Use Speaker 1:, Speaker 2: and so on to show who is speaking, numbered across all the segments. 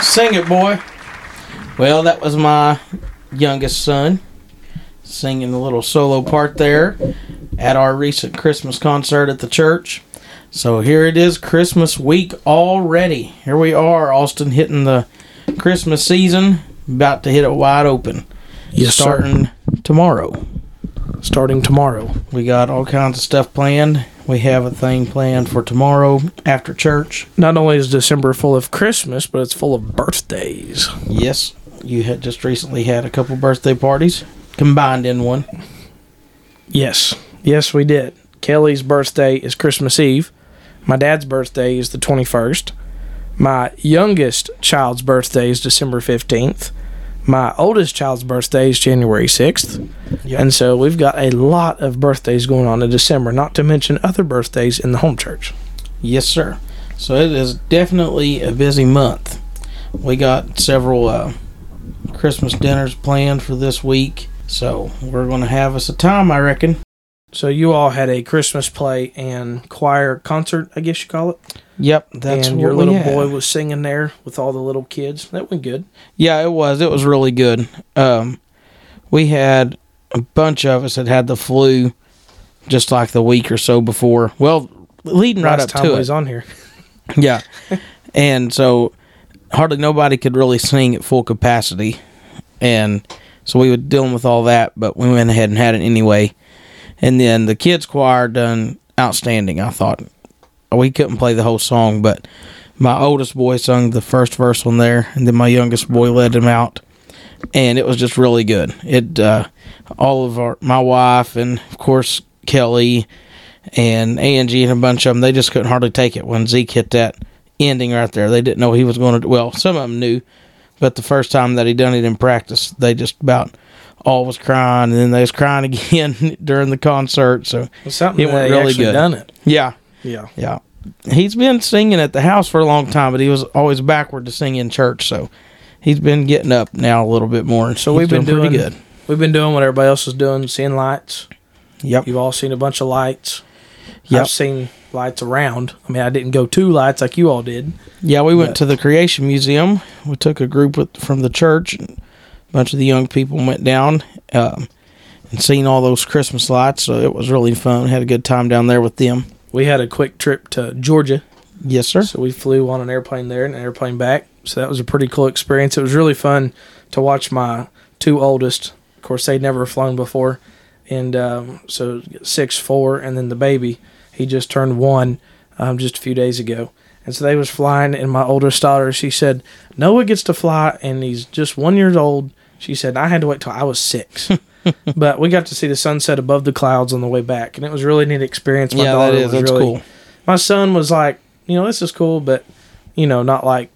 Speaker 1: Sing it, boy. Well, that was my youngest son singing the little solo part there at our recent Christmas concert at the church. So here it is, Christmas week already. Here we are, Austin, hitting the Christmas season, about to hit it wide open.
Speaker 2: Yes, sir.
Speaker 1: starting tomorrow.
Speaker 2: Starting tomorrow.
Speaker 1: We got all kinds of stuff planned. We have a thing planned for tomorrow after church.
Speaker 2: Not only is December full of Christmas, but it's full of birthdays.
Speaker 1: Yes, you had just recently had a couple birthday parties combined in one.
Speaker 2: Yes. Yes, we did. Kelly's birthday is Christmas Eve. My dad's birthday is the 21st. My youngest child's birthday is December 15th. My oldest child's birthday is January 6th.
Speaker 1: Yep.
Speaker 2: And so we've got a lot of birthdays going on in December, not to mention other birthdays in the home church.
Speaker 1: Yes, sir. So it is definitely a busy month. We got several uh, Christmas dinners planned for this week, so we're going to have us a time, I reckon.
Speaker 2: So you all had a Christmas play and choir concert, I guess you call it.
Speaker 1: Yep, that's
Speaker 2: and
Speaker 1: what
Speaker 2: your
Speaker 1: we
Speaker 2: little
Speaker 1: had.
Speaker 2: boy was singing there with all the little kids. That went good.
Speaker 1: Yeah, it was. It was really good. Um, we had a bunch of us that had the flu, just like the week or so before. Well, leading right
Speaker 2: Last
Speaker 1: up
Speaker 2: time
Speaker 1: to
Speaker 2: I
Speaker 1: it.
Speaker 2: was on here.
Speaker 1: Yeah. and so hardly nobody could really sing at full capacity. And so we were dealing with all that, but we went ahead and had it anyway. And then the kids' choir done outstanding, I thought. We couldn't play the whole song, but my oldest boy sung the first verse on there, and then my youngest boy led him out. And it was just really good. It uh, all of our my wife and of course Kelly and Angie and a bunch of them, they just couldn't hardly take it when Zeke hit that ending right there. They didn't know he was going to. Well, some of them knew, but the first time that he done it in practice, they just about all was crying, and then they was crying again during the concert. So
Speaker 2: It's something
Speaker 1: It
Speaker 2: that
Speaker 1: went
Speaker 2: they
Speaker 1: really
Speaker 2: actually
Speaker 1: good.
Speaker 2: done it.
Speaker 1: yeah,
Speaker 2: Yeah.
Speaker 1: yeah. He's been singing at the house for a long time, but he was always backward to sing in church. So he's been getting up now a little bit more.
Speaker 2: So
Speaker 1: He's
Speaker 2: we've been doing,
Speaker 1: pretty good.
Speaker 2: We've been doing what everybody else is doing, seeing lights.
Speaker 1: Yep.
Speaker 2: You've all seen a bunch of lights.
Speaker 1: Yep.
Speaker 2: I've seen lights around. I mean, I didn't go to lights like you all did.
Speaker 1: Yeah, we went to the Creation Museum. We took a group with, from the church, and a bunch of the young people went down um, and seen all those Christmas lights. So it was really fun. Had a good time down there with them.
Speaker 2: We had a quick trip to Georgia,
Speaker 1: Yes, sir.
Speaker 2: so we flew on an airplane there and an airplane back. So that was a pretty cool experience. It was really fun to watch my two oldest. Of course, they'd never flown before, and um, so six, four, and then the baby. He just turned one um, just a few days ago, and so they was flying. And my oldest daughter, she said, "Noah gets to fly, and he's just one years old." She said, "I had to wait till I was six. but we got to see the sunset above the clouds on the way back, and it was a really neat experience. My
Speaker 1: yeah, that
Speaker 2: daughter
Speaker 1: is.
Speaker 2: was
Speaker 1: That's
Speaker 2: really,
Speaker 1: cool.
Speaker 2: my son was like, you know, this is cool, but you know, not like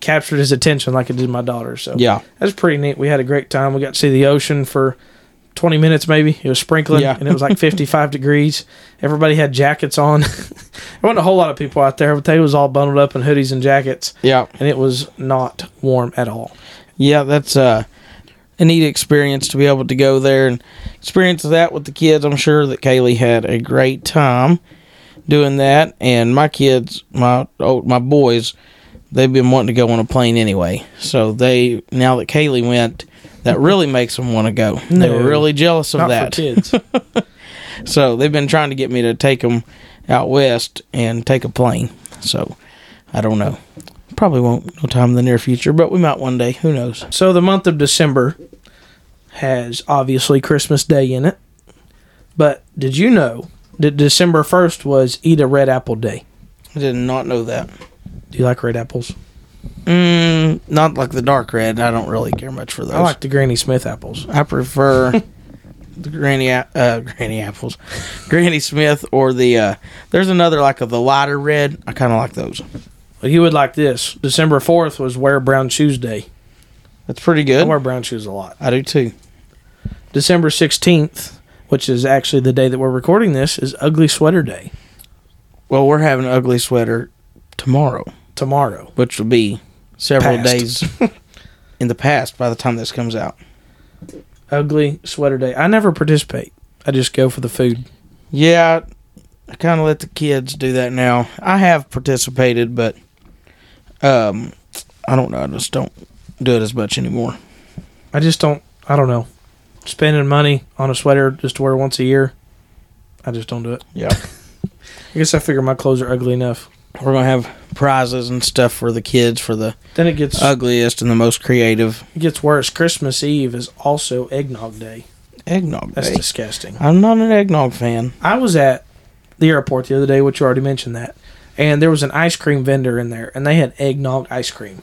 Speaker 2: captured his attention like it did my daughter. So
Speaker 1: Yeah.
Speaker 2: that's pretty neat. We had a great time. We got to see the ocean for 20 minutes, maybe. It was sprinkling
Speaker 1: Yeah.
Speaker 2: and it was like 55 degrees. Everybody had jackets on. there wasn't a whole lot of people out there, but they was all bundled up in hoodies and jackets,
Speaker 1: Yeah.
Speaker 2: and it was not warm at all.
Speaker 1: Yeah, that's uh, a neat experience to be able to go there and experience that with the kids. I'm sure that Kaylee had a great time doing that, and my kids, my oh, my boys, they've been wanting to go on a plane anyway. So they now that Kaylee went, that really makes them want to go. They were
Speaker 2: No,
Speaker 1: really jealous of
Speaker 2: Not
Speaker 1: that.
Speaker 2: for kids.
Speaker 1: So they've been trying to get me to take them out west and take a plane. So I don't know. Probably won't no time in the near future, but we might one day. Who knows?
Speaker 2: So the month of December has obviously Christmas Day in it. But did you know that December 1st was Eat a Red Apple Day?
Speaker 1: I did not know that.
Speaker 2: Do you like red apples?
Speaker 1: Mm, not like the dark red. I don't really care much for those.
Speaker 2: I
Speaker 1: I,
Speaker 2: like the Granny Smith apples.
Speaker 1: prefer the granny a- uh, granny apples, Granny Smith, or the uh, there's another like of the lighter red. I kind of like those.
Speaker 2: Well, you would like this. December 4th was Wear Brown Shoes Day.
Speaker 1: That's pretty
Speaker 2: I
Speaker 1: good.
Speaker 2: wear brown shoes a lot.
Speaker 1: I do too.
Speaker 2: December 16th, which is actually the day that we're recording this, is Ugly Sweater Day
Speaker 1: Well, we're having an ugly sweater tomorrow,
Speaker 2: tomorrow.
Speaker 1: which will be several
Speaker 2: Past.
Speaker 1: days in the past by the time this comes out.
Speaker 2: Ugly Sweater Day. I never participate. I just go for the food.
Speaker 1: Yeah, I kind of let the kids do that now. I have participated, but um, I don't know. I just don't do it as much anymore.
Speaker 2: I just don't. I don't know. Spending money on a sweater just to wear once a year, I just don't do it.
Speaker 1: Yeah.
Speaker 2: I guess I figure my clothes are ugly enough.
Speaker 1: We're gonna have prizes and stuff for the kids for the
Speaker 2: Then it gets
Speaker 1: Uh, ugliest and the most creative
Speaker 2: it gets worse. Christmas Eve is also eggnog day.
Speaker 1: eggnog.
Speaker 2: That's
Speaker 1: day.
Speaker 2: disgusting.
Speaker 1: I'm not an eggnog fan.
Speaker 2: I was at the airport the other day, which you already mentioned that, and there was an ice cream vendor in there, and they had eggnog ice cream.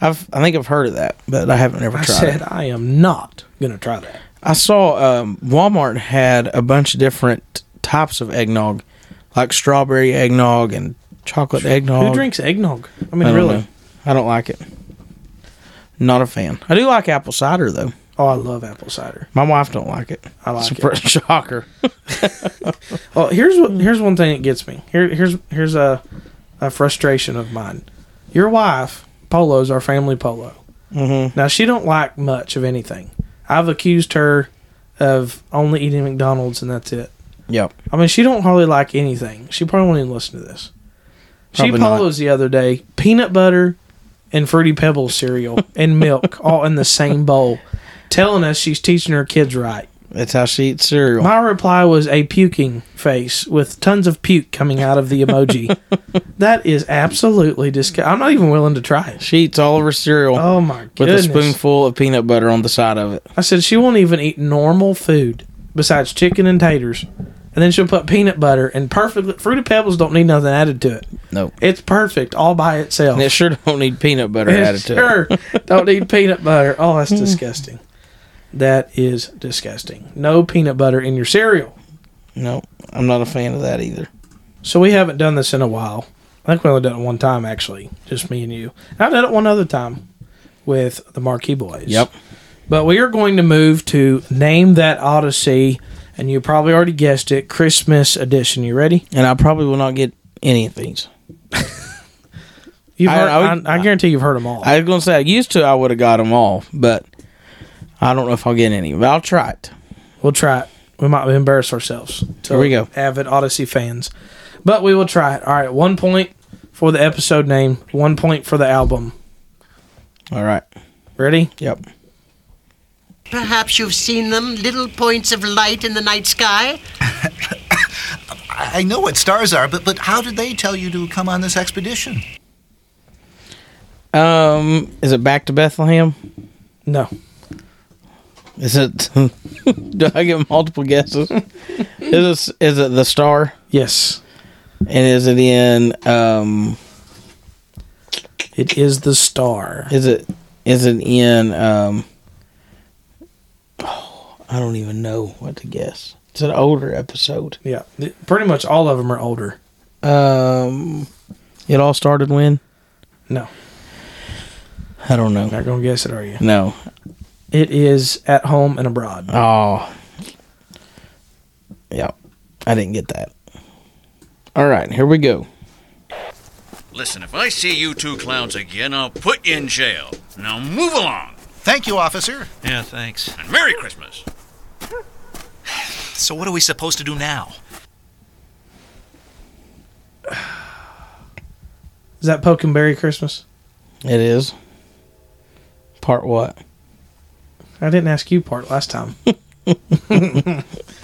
Speaker 1: I've I think I've heard of that, but I haven't ever
Speaker 2: I
Speaker 1: tried
Speaker 2: said
Speaker 1: it.
Speaker 2: I am not gonna try that.
Speaker 1: I saw um, Walmart had a bunch of different types of eggnog, like strawberry eggnog and chocolate eggnog.
Speaker 2: Who drinks eggnog? I
Speaker 1: I
Speaker 2: mean,
Speaker 1: don't
Speaker 2: really?
Speaker 1: know. I don't like it. Not a fan. I do like apple cider though.
Speaker 2: Oh, I love apple cider.
Speaker 1: My wife don't like it.
Speaker 2: I like
Speaker 1: Surprise shocker.
Speaker 2: Well, here's what here's one thing that gets me. Here here's here's a a frustration of mine. Your wife polos our family polo.
Speaker 1: Mm-hmm.
Speaker 2: Now she don't like much of anything. I've accused her of only eating McDonald's and that's it.
Speaker 1: Yep.
Speaker 2: I mean, she don't hardly like anything. She probably won't even listen to this.
Speaker 1: Probably
Speaker 2: she
Speaker 1: not.
Speaker 2: polos the other day peanut butter and fruity pebbles cereal and milk all in the same bowl, telling us she's teaching her kids right.
Speaker 1: That's how she eats cereal.
Speaker 2: My reply was a puking face with tons of puke coming out of the emoji. that is absolutely disgusting. I'm not even willing to try it.
Speaker 1: she eats all of her cereal
Speaker 2: Oh my
Speaker 1: with
Speaker 2: goodness!
Speaker 1: a spoonful of peanut butter on the side of it.
Speaker 2: I said she won't even eat normal food besides chicken and taters, and then she'll put peanut butter and perfect fruity pebbles don't need nothing added to it.
Speaker 1: Nope.
Speaker 2: It's perfect all by itself.
Speaker 1: And it sure don't need peanut butter
Speaker 2: It
Speaker 1: added to it.
Speaker 2: Sure, don't need peanut butter. Oh, that's disgusting. That is disgusting. No peanut butter in your cereal.
Speaker 1: No, I'm not a fan of that either.
Speaker 2: So we haven't done this in a while. I think we only done it one time actually, just me and you. And I did it one other time with the Marquee Boys. But we are going to move to name that Odyssey, and you probably already guessed it, Christmas edition. You ready?
Speaker 1: And I probably will not get any of these.
Speaker 2: You've
Speaker 1: I-
Speaker 2: heard,
Speaker 1: I
Speaker 2: I,
Speaker 1: would-
Speaker 2: I guarantee you've heard them all.
Speaker 1: I was gonna say I used to I would have got them all, but I don't know if I'll get any. But I'll try it.
Speaker 2: we'll try it. We might embarrass ourselves. to
Speaker 1: Here we go.
Speaker 2: Avid Odyssey fans, but we will try it. All right, one point for the episode name, one point for the album.
Speaker 1: All right.
Speaker 2: Ready?
Speaker 1: Yep.
Speaker 3: Perhaps you've seen them, little points of light in the night sky.
Speaker 4: I know what stars are, but, but how did they tell you to come on this expedition?
Speaker 1: Um, is it back to Bethlehem?
Speaker 2: No.
Speaker 1: Is it? do I get multiple guesses? is it is it the star?
Speaker 2: Yes.
Speaker 1: And is it in um?
Speaker 2: It is the star.
Speaker 1: Is it is it in um? Oh, I don't even know what to guess. It's an older episode.
Speaker 2: Yeah, th- pretty much all of them are older.
Speaker 1: Um, it all started when
Speaker 2: No,
Speaker 1: I don't know.
Speaker 2: not gonna guess it, are you?
Speaker 1: No.
Speaker 2: It is at home and abroad.
Speaker 1: Oh. Yeah, I didn't get that. All right, here we go.
Speaker 5: Listen, if I see you two clowns again, I'll put you in jail. Now move along.
Speaker 4: Thank you, officer.
Speaker 5: Yeah, thanks. And Merry Christmas.
Speaker 6: So what are we supposed to do now?
Speaker 2: Is that Pokeberry Christmas?
Speaker 1: It is part what?
Speaker 2: I didn't ask you part last time,
Speaker 1: All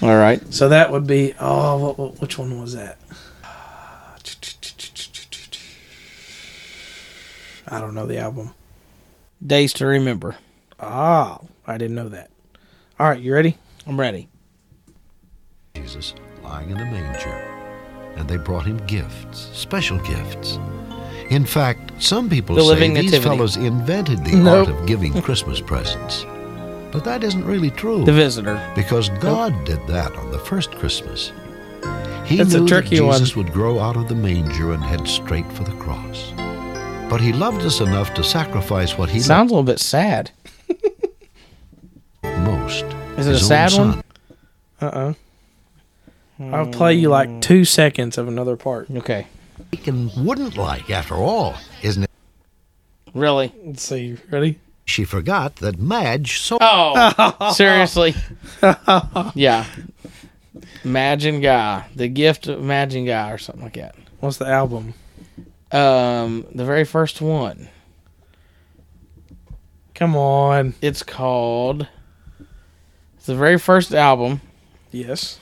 Speaker 1: right.
Speaker 2: so that would be oh, what, what, which one was that? I don't know the album.
Speaker 1: Days to remember.
Speaker 2: Ah, I didn't know that. All right, you ready?
Speaker 1: I'm ready.
Speaker 7: Jesus lying in a manger. And they brought him gifts, special gifts. In fact, some people
Speaker 1: The
Speaker 7: say
Speaker 1: Living
Speaker 7: these
Speaker 1: Nativity.
Speaker 7: fellows invented the
Speaker 2: Nope.
Speaker 7: art of giving Christmas presents. But that isn't really true,
Speaker 1: The Oh. visitor.
Speaker 7: because God did that on the first Christmas. He
Speaker 2: That's a
Speaker 7: knew that
Speaker 2: tricky one.
Speaker 7: Jesus would grow out of the manger and head straight for the cross. But he loved us enough to sacrifice what he
Speaker 1: Sounds a little bit sad.
Speaker 7: loved most.
Speaker 1: Is it a
Speaker 7: his own
Speaker 1: sad one?
Speaker 7: son.
Speaker 2: Uh uh-uh. I'll play you like two seconds of another part.
Speaker 1: Okay.
Speaker 7: Deacon wouldn't like, after all, isn't it?
Speaker 1: Really?
Speaker 2: Let's see. Ready?
Speaker 7: She forgot that Madge saw.
Speaker 1: Oh, seriously? yeah. Imagine guy, the gift of Imagine guy, or something like that.
Speaker 2: What's the album?
Speaker 1: Um, the very first one.
Speaker 2: Come on.
Speaker 1: It's called. It's the very first album.
Speaker 2: Yes.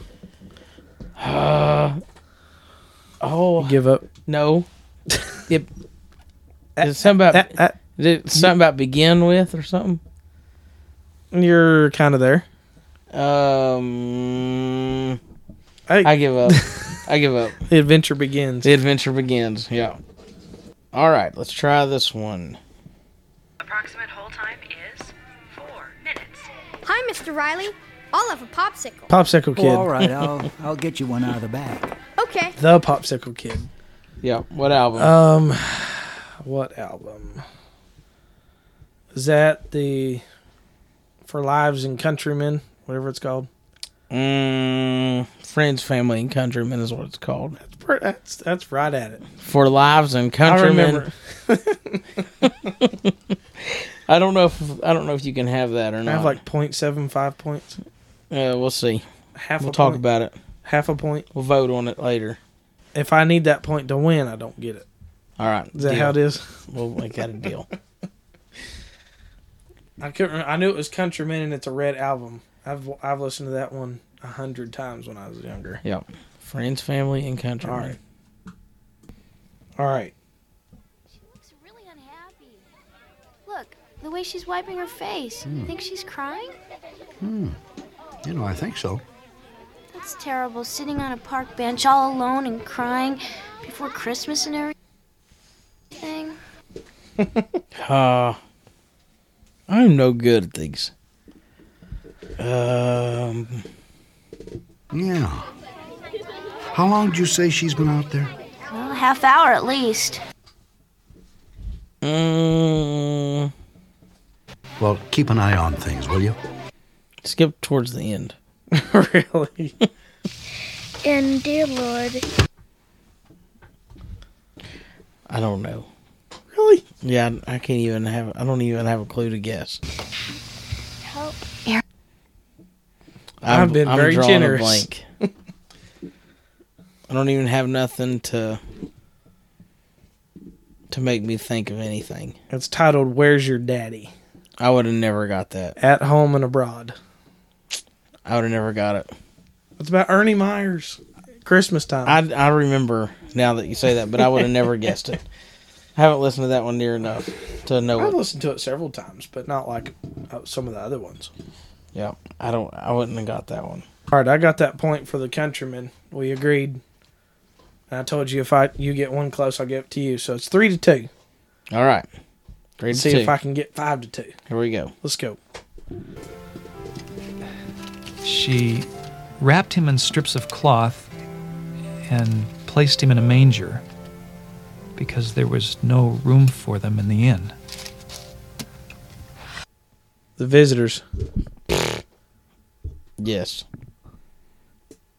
Speaker 1: Oh
Speaker 2: Give up.
Speaker 1: no! It, it's something about
Speaker 2: That, that
Speaker 1: it's something about begin with or something.
Speaker 2: you're kind of there.
Speaker 1: Um,
Speaker 2: I,
Speaker 1: I give up. I give up.
Speaker 2: the adventure begins.
Speaker 1: The adventure begins. Yeah. All right, let's try this one.
Speaker 6: Approximate hold time is four minutes.
Speaker 8: Hi, Mr. Riley. I'll have a popsicle.
Speaker 2: Popsicle Kid.
Speaker 9: Well, all right, I'll I'll get you one out of the bag.
Speaker 8: Okay.
Speaker 2: The Popsicle Kid.
Speaker 1: Yeah. What album?
Speaker 2: Um, what album? Is that the For Lives and Countrymen, whatever it's called?
Speaker 1: Mm, Friends, family, and countrymen is what it's called.
Speaker 2: That's that's right at it.
Speaker 1: For lives and
Speaker 2: I
Speaker 1: countrymen.
Speaker 2: remember.
Speaker 1: I don't know if I don't know if you can have that or
Speaker 2: I
Speaker 1: not.
Speaker 2: have like 0.75 points.
Speaker 1: uh, we'll see.
Speaker 2: Half
Speaker 1: We'll
Speaker 2: a
Speaker 1: talk
Speaker 2: point.
Speaker 1: about it.
Speaker 2: half a point.
Speaker 1: We'll vote on it later.
Speaker 2: If I need that point to win, I don't get it.
Speaker 1: All right.
Speaker 2: Is that how it is?
Speaker 1: We'll make that a deal.
Speaker 2: I couldn't. Remember. I knew it was Countrymen, and it's a red album. I've I've listened to that one a hundred times when I was younger.
Speaker 1: yep. Friends, family, and countrymen.
Speaker 2: All right. All right.
Speaker 10: She looks really unhappy. Look, the way she's wiping her face.
Speaker 11: Hmm.
Speaker 10: You think she's crying?
Speaker 7: You know, I think so.
Speaker 10: That's terrible, sitting on a park bench all alone and crying before Christmas and everything.
Speaker 1: Uh, I'm no good at these. Um,
Speaker 7: Yeah. How long did you say she's been out there?
Speaker 10: Well, a half hour at least.
Speaker 1: mm,
Speaker 7: Well, keep an eye on things, will you?
Speaker 1: skip towards the end.
Speaker 2: really?
Speaker 10: And dear Lord,
Speaker 1: I don't know.
Speaker 2: Really?
Speaker 1: Yeah, I, I can't even have. I don't even have a clue to guess.
Speaker 10: help.
Speaker 2: I've been very
Speaker 1: drawing a
Speaker 2: generous.
Speaker 1: blank. I don't even have nothing to to make me think of anything.
Speaker 2: It's titled "Where's Your Daddy?"
Speaker 1: I would have never got that.
Speaker 2: At home and abroad.
Speaker 1: I would have never got it.
Speaker 2: It's about Ernie Myers. Christmas time.
Speaker 1: I, I remember now that you say that, but I would have never guessed it. I haven't listened to that one near enough to know
Speaker 2: I've
Speaker 1: it.
Speaker 2: listened to it several times, but not like uh, some of the other ones.
Speaker 1: Yeah, I don't. I wouldn't have got that one.
Speaker 2: All right, I got that point for the countryman. We agreed. And I told you if I you get one close, I'll give it to you. So it's three to two.
Speaker 1: All right, three to
Speaker 2: See
Speaker 1: two.
Speaker 2: if I can get five to two.
Speaker 1: Here we go.
Speaker 2: Let's go.
Speaker 11: She wrapped him in strips of cloth and placed him in a manger because there was no room for them in the inn.
Speaker 2: The visitors
Speaker 1: Yes,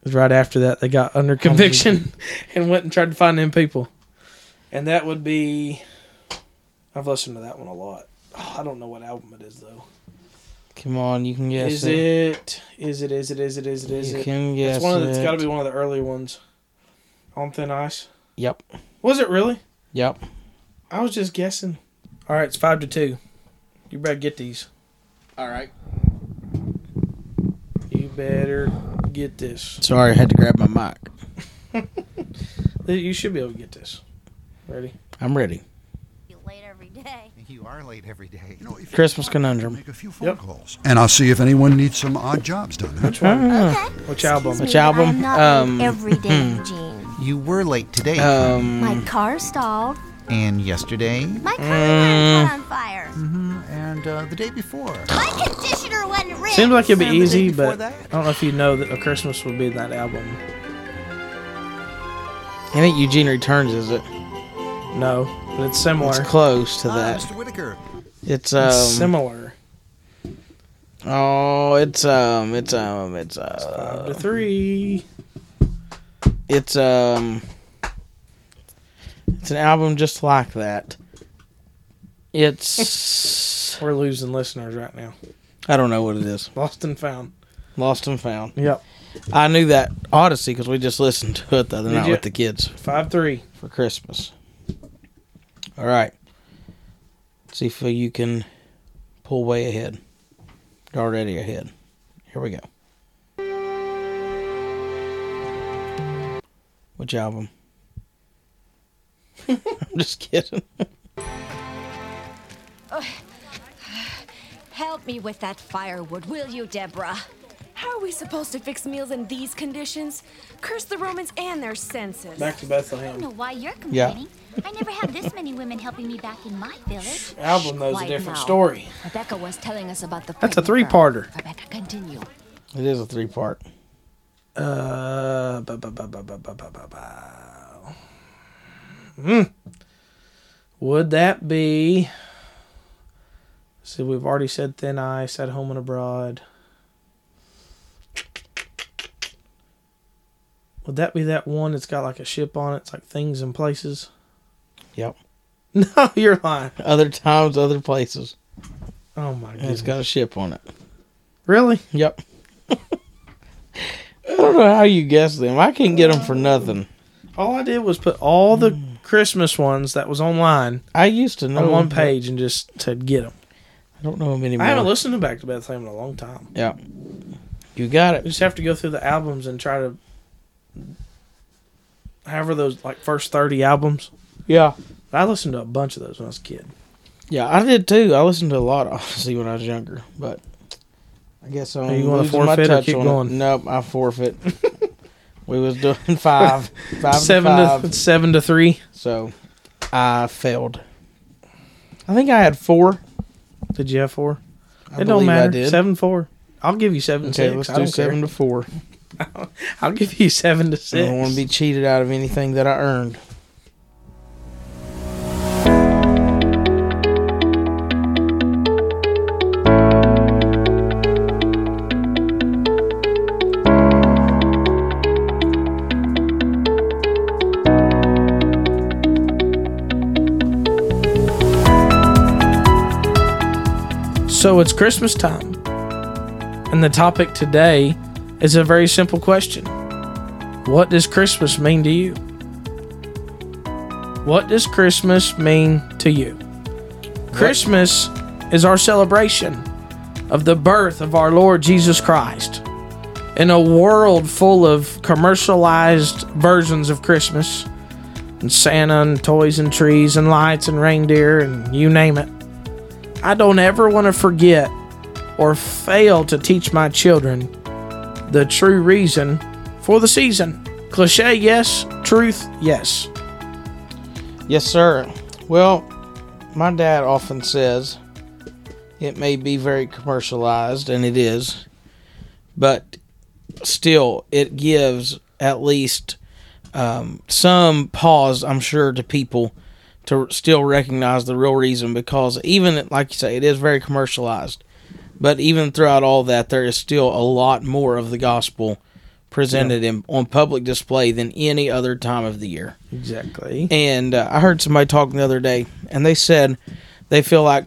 Speaker 2: 'Cause right after that they got under conviction and went and tried to find them people. And that would be I've listened to that one a lot. Oh, I don't know what album it is though.
Speaker 1: come on, you can guess
Speaker 2: is
Speaker 1: it.
Speaker 2: it is it is it is it is it is
Speaker 1: You
Speaker 2: it?
Speaker 1: can guess
Speaker 2: it's one of the,
Speaker 1: it.
Speaker 2: it's got to be one of the early ones. On thin ice.
Speaker 1: Yep,
Speaker 2: Was it really?
Speaker 1: yep.
Speaker 2: I was just guessing. All right, it's five to two. You better get these.
Speaker 1: All right.
Speaker 2: You better get this.
Speaker 1: Sorry, I had to grab my mic.
Speaker 2: You should be able to get this. Ready?
Speaker 1: I'm ready.
Speaker 10: You late every day.
Speaker 4: You are late every day.
Speaker 1: Christmas conundrum.
Speaker 7: Make a few phone calls. And I'll see if anyone needs some odd jobs done. Huh?
Speaker 10: Okay.
Speaker 2: Which album?
Speaker 1: Which album?
Speaker 10: I'm not
Speaker 1: Um,
Speaker 10: late every day, Eugene.
Speaker 4: You were late today,
Speaker 10: My
Speaker 1: Um,
Speaker 2: Mm.
Speaker 10: car stalled.
Speaker 4: and yesterday,
Speaker 10: My car alarm caught on fire.
Speaker 4: and uh, the day before.
Speaker 10: My conditioner went red.
Speaker 2: Seems like it'd be
Speaker 4: Remember the day
Speaker 2: easy,
Speaker 4: before
Speaker 2: but I
Speaker 4: that?
Speaker 2: don't know if you know that a Christmas would be that album.
Speaker 1: I think Eugene Returns is it.
Speaker 2: No, but it's similar.
Speaker 1: It's close to
Speaker 4: Ah,
Speaker 1: that.
Speaker 4: Mr. Whitaker.
Speaker 1: It's
Speaker 2: It's
Speaker 1: um.
Speaker 2: similar.
Speaker 1: Oh, it's um. It's um. It's uh.
Speaker 2: Five to three.
Speaker 1: It's um it's an album just like that. It's
Speaker 2: We're losing listeners right now.
Speaker 1: I don't know what it is.
Speaker 2: Lost and found.
Speaker 1: Lost and found.
Speaker 2: Yep.
Speaker 1: I knew that Odyssey because we just listened to it the other
Speaker 2: Did
Speaker 1: night
Speaker 2: ya?
Speaker 1: with the kids
Speaker 2: Five three.
Speaker 1: for Christmas. All right. see if you can Pull way ahead. Already ahead. Here we go. Which album? I'm just kidding.
Speaker 12: Oh, help me with that firewood, will you, Deborah?
Speaker 13: How are we supposed to fix meals in these conditions? Curse the Romans and their senses.
Speaker 2: Back to Bethlehem.
Speaker 10: I don't know why you're
Speaker 2: Yeah.
Speaker 10: complaining. I never had this many women helping me back in my village.
Speaker 2: Album though is a
Speaker 12: Quiet
Speaker 2: different
Speaker 12: now.
Speaker 2: story.
Speaker 12: Rebecca was telling us about the.
Speaker 2: That's a
Speaker 12: pregnant girl.
Speaker 2: three-parter.
Speaker 12: Rebecca, continue.
Speaker 1: It is a three part.
Speaker 2: Uh, ba, ba, ba, ba, ba, ba, ba, ba, ba. Hmm. Would that be? See, we've already said thin ice at home and abroad. Would that be that one that's got like a ship on it? It's like things and places.
Speaker 1: Yep.
Speaker 2: No, you're lying.
Speaker 1: Other times, other places.
Speaker 2: Oh my
Speaker 1: And It's got a ship on it.
Speaker 2: Really?
Speaker 1: Yep. I don't know how you guess them. I can't get them for nothing.
Speaker 2: All I did was put all the
Speaker 1: Hmm.
Speaker 2: Christmas ones that was online.
Speaker 1: I used to know
Speaker 2: on one
Speaker 1: them, but-
Speaker 2: page and just to get them.
Speaker 1: I don't know them anymore.
Speaker 2: I haven't listened to Back to Bethlehem in a long time.
Speaker 1: Yeah. You got
Speaker 2: You
Speaker 1: it.
Speaker 2: just have to go through the albums and try to, however those like first thirty albums.
Speaker 1: Yeah.
Speaker 2: I listened to a bunch of those when I was a kid.
Speaker 1: Yeah, I did too. I listened to a lot, honestly, when I was younger. But I guess I'm
Speaker 2: Are you gonna
Speaker 1: losing my
Speaker 2: forfeit or
Speaker 1: touch
Speaker 2: keep
Speaker 1: on it.
Speaker 2: going?
Speaker 1: Nope, I forfeit. we was doing five, five,
Speaker 2: seven
Speaker 1: to five.
Speaker 2: to seven to three.
Speaker 1: So I failed. I think I had four.
Speaker 2: Did you have four?
Speaker 1: I
Speaker 2: it don't
Speaker 1: believe I
Speaker 2: matter.
Speaker 1: did.
Speaker 2: Seven four. I'll give you seven
Speaker 1: Okay,
Speaker 2: six.
Speaker 1: let's
Speaker 2: I
Speaker 1: do
Speaker 2: don't care.
Speaker 1: seven to four.
Speaker 2: I'll give you seven to
Speaker 1: I don't want
Speaker 2: six.
Speaker 1: to be cheated out of anything that I earned.
Speaker 2: So it's Christmas time, and the topic today is a very simple question: What does Christmas mean to you? What does Christmas mean to you? Christmas is our celebration of the birth of our Lord Jesus Christ. In a world full of commercialized versions of Christmas, and Santa and toys and trees and lights and reindeer and you name it, I don't ever want to forget or fail to teach my children the true reason for the season. Cliche, yes. Truth, yes.
Speaker 1: Yes, sir. Well, my dad often says it may be very commercialized, and it is, but still, it gives at least um, some pause, I'm sure, to people to still recognize the real reason because even, like you say, it is very commercialized. But even throughout all that, there is still a lot more of the gospel presented in, on public display than any other time of the year.
Speaker 2: Exactly.
Speaker 1: And uh, I heard somebody talking the other day, and they said they feel like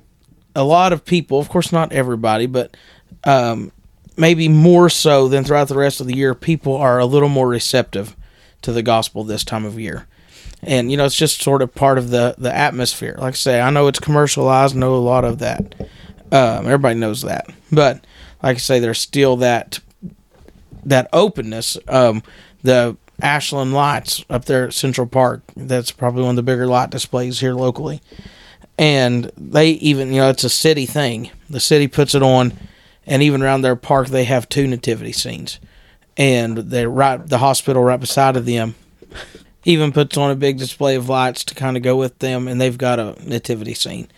Speaker 1: a lot of people, of course, not everybody, but um, maybe more so than throughout the rest of the year, people are a little more receptive to the gospel this time of year. And you know, it's just sort of part of the the atmosphere. Like I say, I know it's commercialized, know a lot of that. Um, everybody knows that, but like I say, there's still that that openness. Um, the Ashland lights up there at Central Park. That's probably one of the bigger light displays here locally. And they even, you know, it's a city thing. The city puts it on, and even around their park, they have two nativity scenes. And they right the hospital right beside of them even puts on a big display of lights to kind of go with them, and they've got a nativity scene.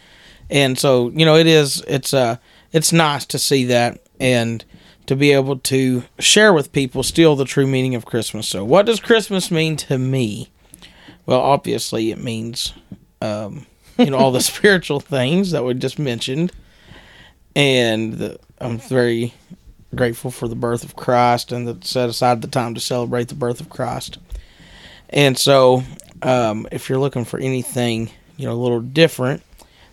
Speaker 1: And so, you know, it is it's uh it's nice to see that and to be able to share with people still the true meaning of Christmas. So, what does Christmas mean to me? Well, obviously, it means um, you know all the spiritual things that were just mentioned, and the, I'm very grateful for the birth of Christ and that set aside the time to celebrate the birth of Christ. And so, um, if you're looking for anything, you know, a little different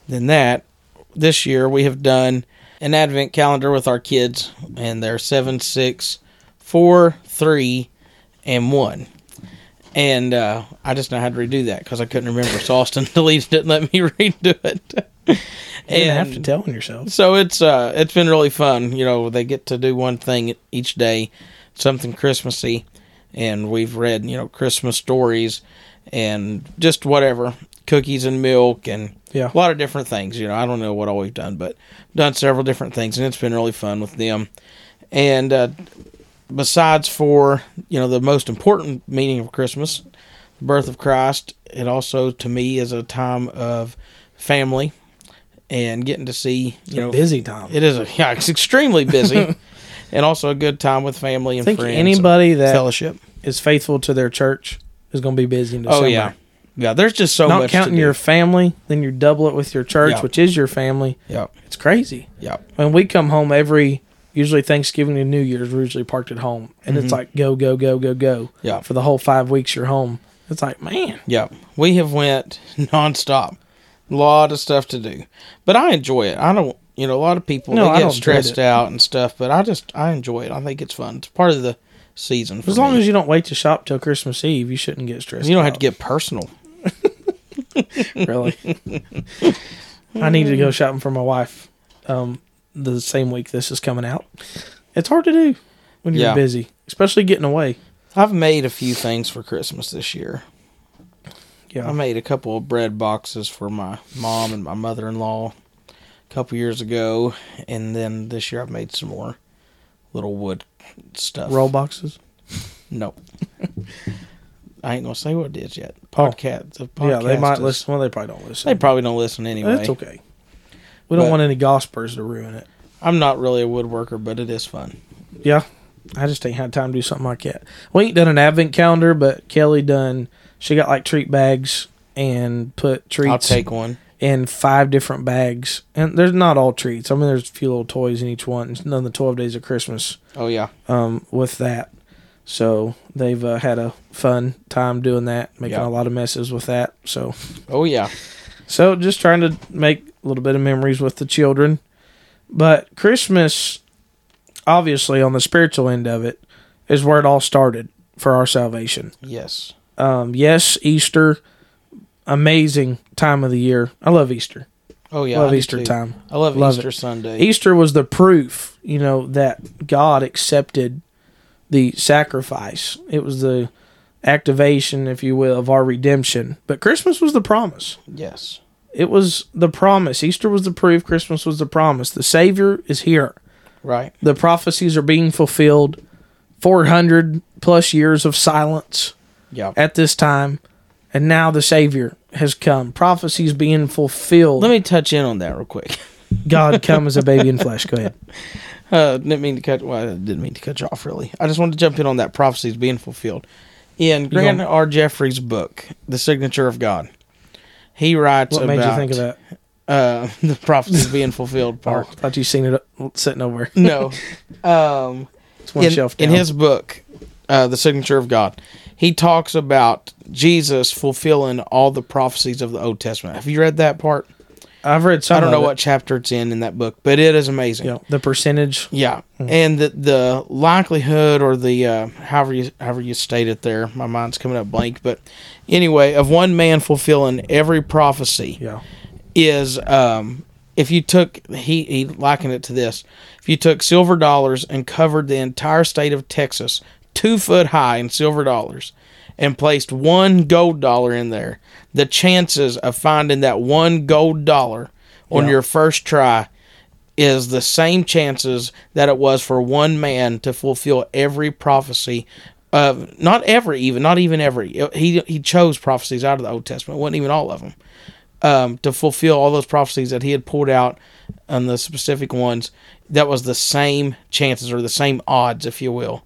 Speaker 1: than that, this year we have done an advent calendar with our kids, and they're seven, six, four, three, and one. And uh, I just know how to redo that because I couldn't remember. So Austin deleted it and let me redo it.
Speaker 2: didn't have to tell on yourself.
Speaker 1: So it's uh it's been really fun. You know, they get to do one thing each day, something Christmassy, and we've read you know Christmas stories and just whatever cookies and milk and
Speaker 2: Yeah.
Speaker 1: a lot of different things. You know, I don't know what all we've done, but done several different things, and it's been really fun with them. And uh, besides for you know the most important meaning of Christmas, the birth of Christ, it also to me is a time of family and getting to see you
Speaker 2: a
Speaker 1: know
Speaker 2: busy time.
Speaker 1: It is a yeah, it's extremely busy, and also a good time with family
Speaker 2: I
Speaker 1: and
Speaker 2: think
Speaker 1: friends.
Speaker 2: anybody that
Speaker 1: fellowship
Speaker 2: is faithful to their church is going to be busy in
Speaker 1: Oh
Speaker 2: December.
Speaker 1: yeah, yeah. There's just so
Speaker 2: Not
Speaker 1: much to
Speaker 2: counting
Speaker 1: do.
Speaker 2: your family, then you double it with your church,
Speaker 1: Yeah.
Speaker 2: which is your family.
Speaker 1: Yeah.
Speaker 2: It's crazy.
Speaker 1: Yeah.
Speaker 2: When we come home every usually Thanksgiving and New Year's, we're usually parked at home, and
Speaker 1: Mhm.
Speaker 2: it's like go go go go go.
Speaker 1: Yeah.
Speaker 2: For the whole five weeks you're home, it's like man.
Speaker 1: Yeah, we have went nonstop. A lot of stuff to do, but I enjoy it. I don't, you know, a lot of people
Speaker 2: No,
Speaker 1: they
Speaker 2: I
Speaker 1: get
Speaker 2: don't dread
Speaker 1: stressed
Speaker 2: it.
Speaker 1: out and stuff, but I just I enjoy it. I think it's fun. It's part of the season. For
Speaker 2: As long as you don't wait to shop till Christmas Eve, you shouldn't get stressed.
Speaker 1: you don't have to get personal.
Speaker 2: really. I need to go shopping for my wife um, the same week this is coming out. It's hard to do when you're
Speaker 1: Yeah.
Speaker 2: busy, especially getting away.
Speaker 1: I've made a few things for Christmas this year.
Speaker 2: Yeah.
Speaker 1: I made a couple of bread boxes for my mom and my mother in law a couple years ago, and then this year I've made some more little wood stuff.
Speaker 2: Roll boxes.
Speaker 1: No. I ain't gonna say what it is yet. Podcast. the
Speaker 2: Oh. Yeah, they
Speaker 1: podcast
Speaker 2: might
Speaker 1: is-
Speaker 2: listen. Well, they probably don't listen.
Speaker 1: They probably don't listen anyway.
Speaker 2: That's okay. We don't
Speaker 1: But-
Speaker 2: want any gossipers to ruin it.
Speaker 1: I'm not really a woodworker, but it is fun.
Speaker 2: Yeah. I just ain't had time to do something like that. We ain't done an advent calendar, but Kelly done. She got like treat bags and put treats.
Speaker 1: I'll take one.
Speaker 2: in five different bags, and they're not all treats. I mean, there's a few little toys in each one. It's none of the twelve days of Christmas.
Speaker 1: Oh yeah.
Speaker 2: Um, with that, so they've uh, had a fun time doing that, making
Speaker 1: Yeah.
Speaker 2: a lot of messes with that. So,
Speaker 1: Oh yeah.
Speaker 2: so just trying to make a little bit of memories with the children. But Christmas, obviously, on the spiritual end of it, is where it all started for our salvation.
Speaker 1: Yes.
Speaker 2: Um, yes, Easter, amazing time of the year. I love Easter.
Speaker 1: Oh yeah.
Speaker 2: love
Speaker 1: I do
Speaker 2: Easter
Speaker 1: too.
Speaker 2: time.
Speaker 1: I love,
Speaker 2: Love
Speaker 1: Easter
Speaker 2: it.
Speaker 1: Sunday.
Speaker 2: Easter was the proof, you know, that God accepted the sacrifice. It was the activation, if you will, of our redemption. But Christmas was the promise.
Speaker 1: Yes.
Speaker 2: It was the promise. Easter was the proof. Christmas was the promise. The Savior is here.
Speaker 1: Right.
Speaker 2: The prophecies are being fulfilled. 400 plus years of silence
Speaker 1: Yeah.
Speaker 2: at this time. And now the Savior has come. Prophecies being fulfilled.
Speaker 1: Let me touch in on that real quick.
Speaker 2: God come as a baby in flesh. Go ahead.
Speaker 1: Uh, didn't mean to cut. Well, I didn't mean to cut you off. Really, I just wanted to jump in on that prophecies being fulfilled. In Grant
Speaker 2: gonna-
Speaker 1: R. Jeffrey's book, "The Signature of God," he writes
Speaker 2: What
Speaker 1: about
Speaker 2: made you think of that?
Speaker 1: uh, the prophecies being fulfilled
Speaker 2: Oh, I
Speaker 1: part.
Speaker 2: thought you seen it uh, sitting over.
Speaker 1: No. Um,
Speaker 2: It's one
Speaker 1: in,
Speaker 2: shelf
Speaker 1: in
Speaker 2: down.
Speaker 1: his book, uh, The Signature of God, he talks about Jesus fulfilling all the prophecies of the Old Testament. Have you read that part?
Speaker 2: I've read some.
Speaker 1: I don't
Speaker 2: of
Speaker 1: know
Speaker 2: it.
Speaker 1: what chapter it's in in that book, but it is amazing.
Speaker 2: You know, the percentage.
Speaker 1: Yeah, and the the likelihood or the uh, however you however you state it there, my mind's coming up blank. But anyway, of one man fulfilling every prophecy
Speaker 2: Yeah.
Speaker 1: is um, if you took he he likened it to this: if you took silver dollars and covered the entire state of Texas two foot high in silver dollars. And placed one gold dollar in there. The chances of finding that one gold dollar on
Speaker 2: Yeah.
Speaker 1: your first try is the same chances that it was for one man to fulfill every prophecy of not every even not even every he he chose prophecies out of the Old Testament it wasn't even all of them um, to fulfill all those prophecies that he had pulled out and the specific ones that was the same chances or the same odds if you will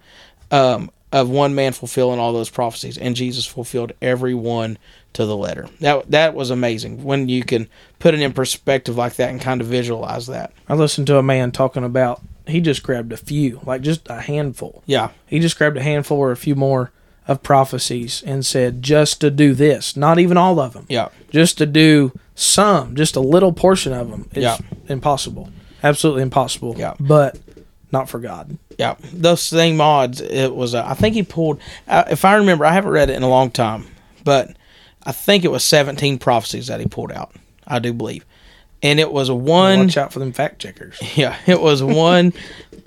Speaker 1: um, of one man fulfilling all those prophecies and Jesus fulfilled every one to the letter that that was amazing when you can put it in perspective like that and kind of visualize that
Speaker 2: I listened to a man talking about he just grabbed a few, like just a handful.
Speaker 1: yeah
Speaker 2: He just grabbed a handful or a few more of prophecies and said just to do this, not even all of them,
Speaker 1: yeah
Speaker 2: just to do some, just a little portion of them is
Speaker 1: Yeah.
Speaker 2: impossible, absolutely impossible.
Speaker 1: Yeah.
Speaker 2: but not for God.
Speaker 1: Yeah, those same odds. It was. Uh, I think he pulled. Uh, if I remember, I haven't read it in a long time, but I think it was seventeen prophecies that he pulled out. I do believe, and it was one.
Speaker 2: Watch out for them fact checkers.
Speaker 1: Yeah, it was one.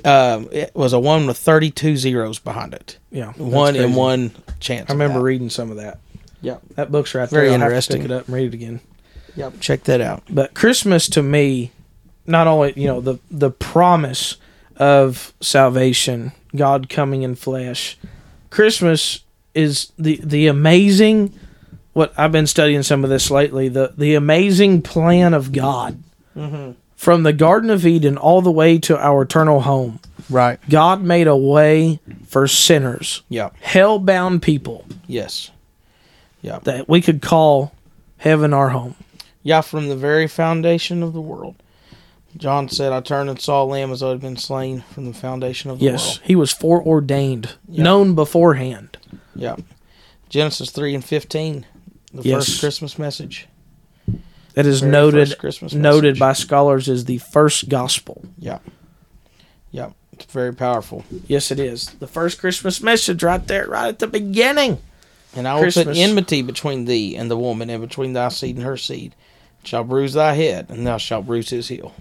Speaker 1: um, it was a one with thirty-two zeros behind it.
Speaker 2: Yeah, that's
Speaker 1: one in
Speaker 2: crazy.
Speaker 1: one chance.
Speaker 2: I remember
Speaker 1: reading.
Speaker 2: reading some of that.
Speaker 1: Yep.
Speaker 2: That book's right
Speaker 1: Very
Speaker 2: there. I'll
Speaker 1: interesting.
Speaker 2: Have to pick it up and read it again.
Speaker 1: Yep. Check that out.
Speaker 2: But Christmas to me, not only you know the the promise of salvation, God coming in flesh. Christmas is the the amazing. What I've been studying some of this lately, the the amazing plan of God from the Garden of Eden all the way to our eternal home.
Speaker 1: Right.
Speaker 2: God made a way for sinners.
Speaker 1: Yep.
Speaker 2: Hell bound people
Speaker 1: Yes. Yeah.
Speaker 2: that we could call heaven our home.
Speaker 1: Yeah, from the very foundation of the world. John said, I turned and saw a lamb as though it had been slain from the foundation of the
Speaker 2: Yes,
Speaker 1: world.
Speaker 2: he was foreordained, known beforehand.
Speaker 1: Yeah. Genesis 3 and 15, the
Speaker 2: Yes.
Speaker 1: first Christmas message.
Speaker 2: That is
Speaker 1: Very
Speaker 2: noted
Speaker 1: first Christmas
Speaker 2: noted
Speaker 1: message.
Speaker 2: by scholars as the first gospel.
Speaker 1: Yeah. Yeah. It's very powerful.
Speaker 2: Yes, it is the first Christmas message right there, right at the beginning.
Speaker 1: And I will put
Speaker 2: Christmas.
Speaker 1: enmity between thee and the woman, and between thy seed and her seed. It Shall bruise thy head, and thou shalt bruise his heel.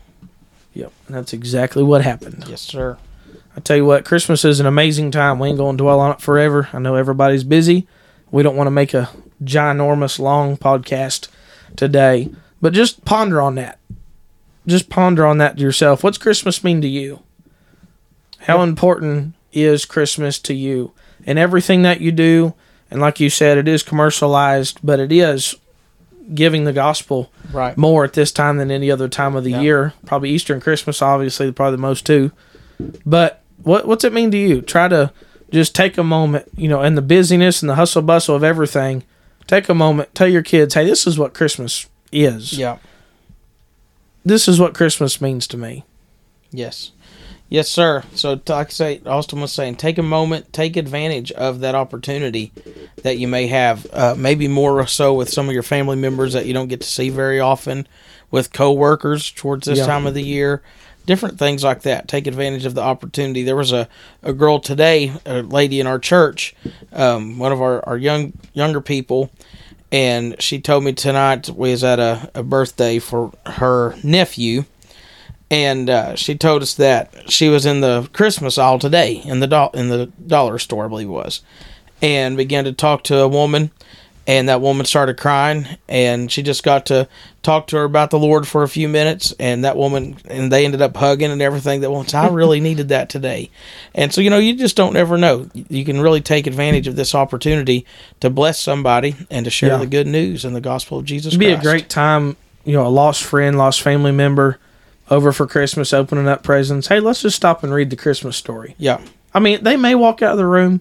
Speaker 2: Yep, and that's exactly what happened.
Speaker 1: Yes, sir.
Speaker 2: I tell you what, Christmas is an amazing time. We ain't going to dwell on it forever. I know everybody's busy. We don't want to make a ginormous long podcast today, but just ponder on that. Just ponder on that to yourself. What's Christmas mean to you? How important is Christmas to you? And everything that you do, and like you said, it is commercialized, but it is giving the gospel
Speaker 1: Right.
Speaker 2: more at this time than any other time of the
Speaker 1: Yeah.
Speaker 2: year. Probably Easter and Christmas, obviously, probably the most too. But what what's it mean to you? Try to just take a moment, you know, in the busyness and the hustle bustle of everything. Take a moment, tell your kids, hey, this is what Christmas is.
Speaker 1: Yeah.
Speaker 2: This is what Christmas means to me.
Speaker 1: Yes. Yes, sir. So, t- like I say, Austin was saying, take a moment, take advantage of that opportunity that you may have. Uh, maybe more so with some of your family members that you don't get to see very often, with coworkers towards this
Speaker 2: Yeah.
Speaker 1: time of the year, different things like that. Take advantage of the opportunity. There was a, a girl today, a lady in our church, um, one of our, our young younger people, and she told me tonight we was at a, a birthday for her nephew and uh, she told us that she was in the Christmas aisle today in the do- in the dollar store, I believe it was, and began to talk to a woman, and that woman started crying, and she just got to talk to her about the Lord for a few minutes, and that woman and they ended up hugging and everything. That once I really needed that today, and so you know you just don't ever know. You can really take advantage of this opportunity to bless somebody and to share
Speaker 2: Yeah.
Speaker 1: the good news and the gospel of Jesus.
Speaker 2: It'd be a
Speaker 1: Christ.
Speaker 2: great time, you know, a lost friend, lost family member over for Christmas, opening up presents. Hey, let's just stop and read the Christmas story.
Speaker 1: yeah
Speaker 2: I mean, they may walk out of the room,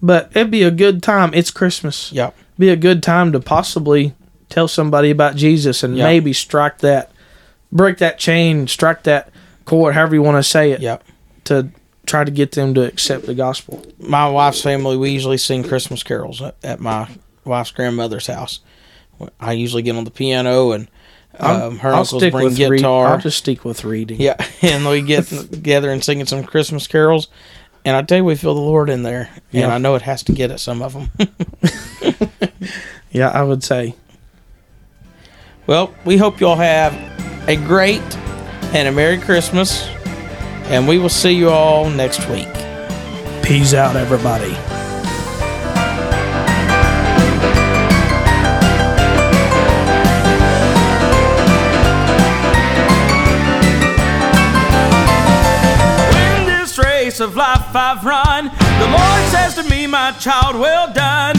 Speaker 2: but it'd be a good time. It's Christmas.
Speaker 1: yeah
Speaker 2: Be a good time to possibly tell somebody about Jesus and
Speaker 1: Yeah.
Speaker 2: maybe strike that, break that chain, strike that chord, however you want to say it,
Speaker 1: yeah.
Speaker 2: to try to get them to accept the gospel.
Speaker 1: my wife's family, we usually sing Christmas carols at- at my wife's grandmother's house. I usually get on the piano, and
Speaker 2: I'm-
Speaker 1: um, her
Speaker 2: I'll
Speaker 1: uncles
Speaker 2: stick
Speaker 1: bring
Speaker 2: with read-
Speaker 1: guitar.
Speaker 2: I'll just stick with reading.
Speaker 1: Yeah, and we get together and singing some Christmas carols. And I tell you, we feel the Lord in there,
Speaker 2: Yeah.
Speaker 1: and I know it has to get at some of them.
Speaker 2: Yeah, I would say.
Speaker 1: well, we hope you all have a great and a Merry Christmas, and we will see you all next week.
Speaker 2: Peace out, everybody.
Speaker 14: In this race of life I've run, the Lord says to me, My child, well done.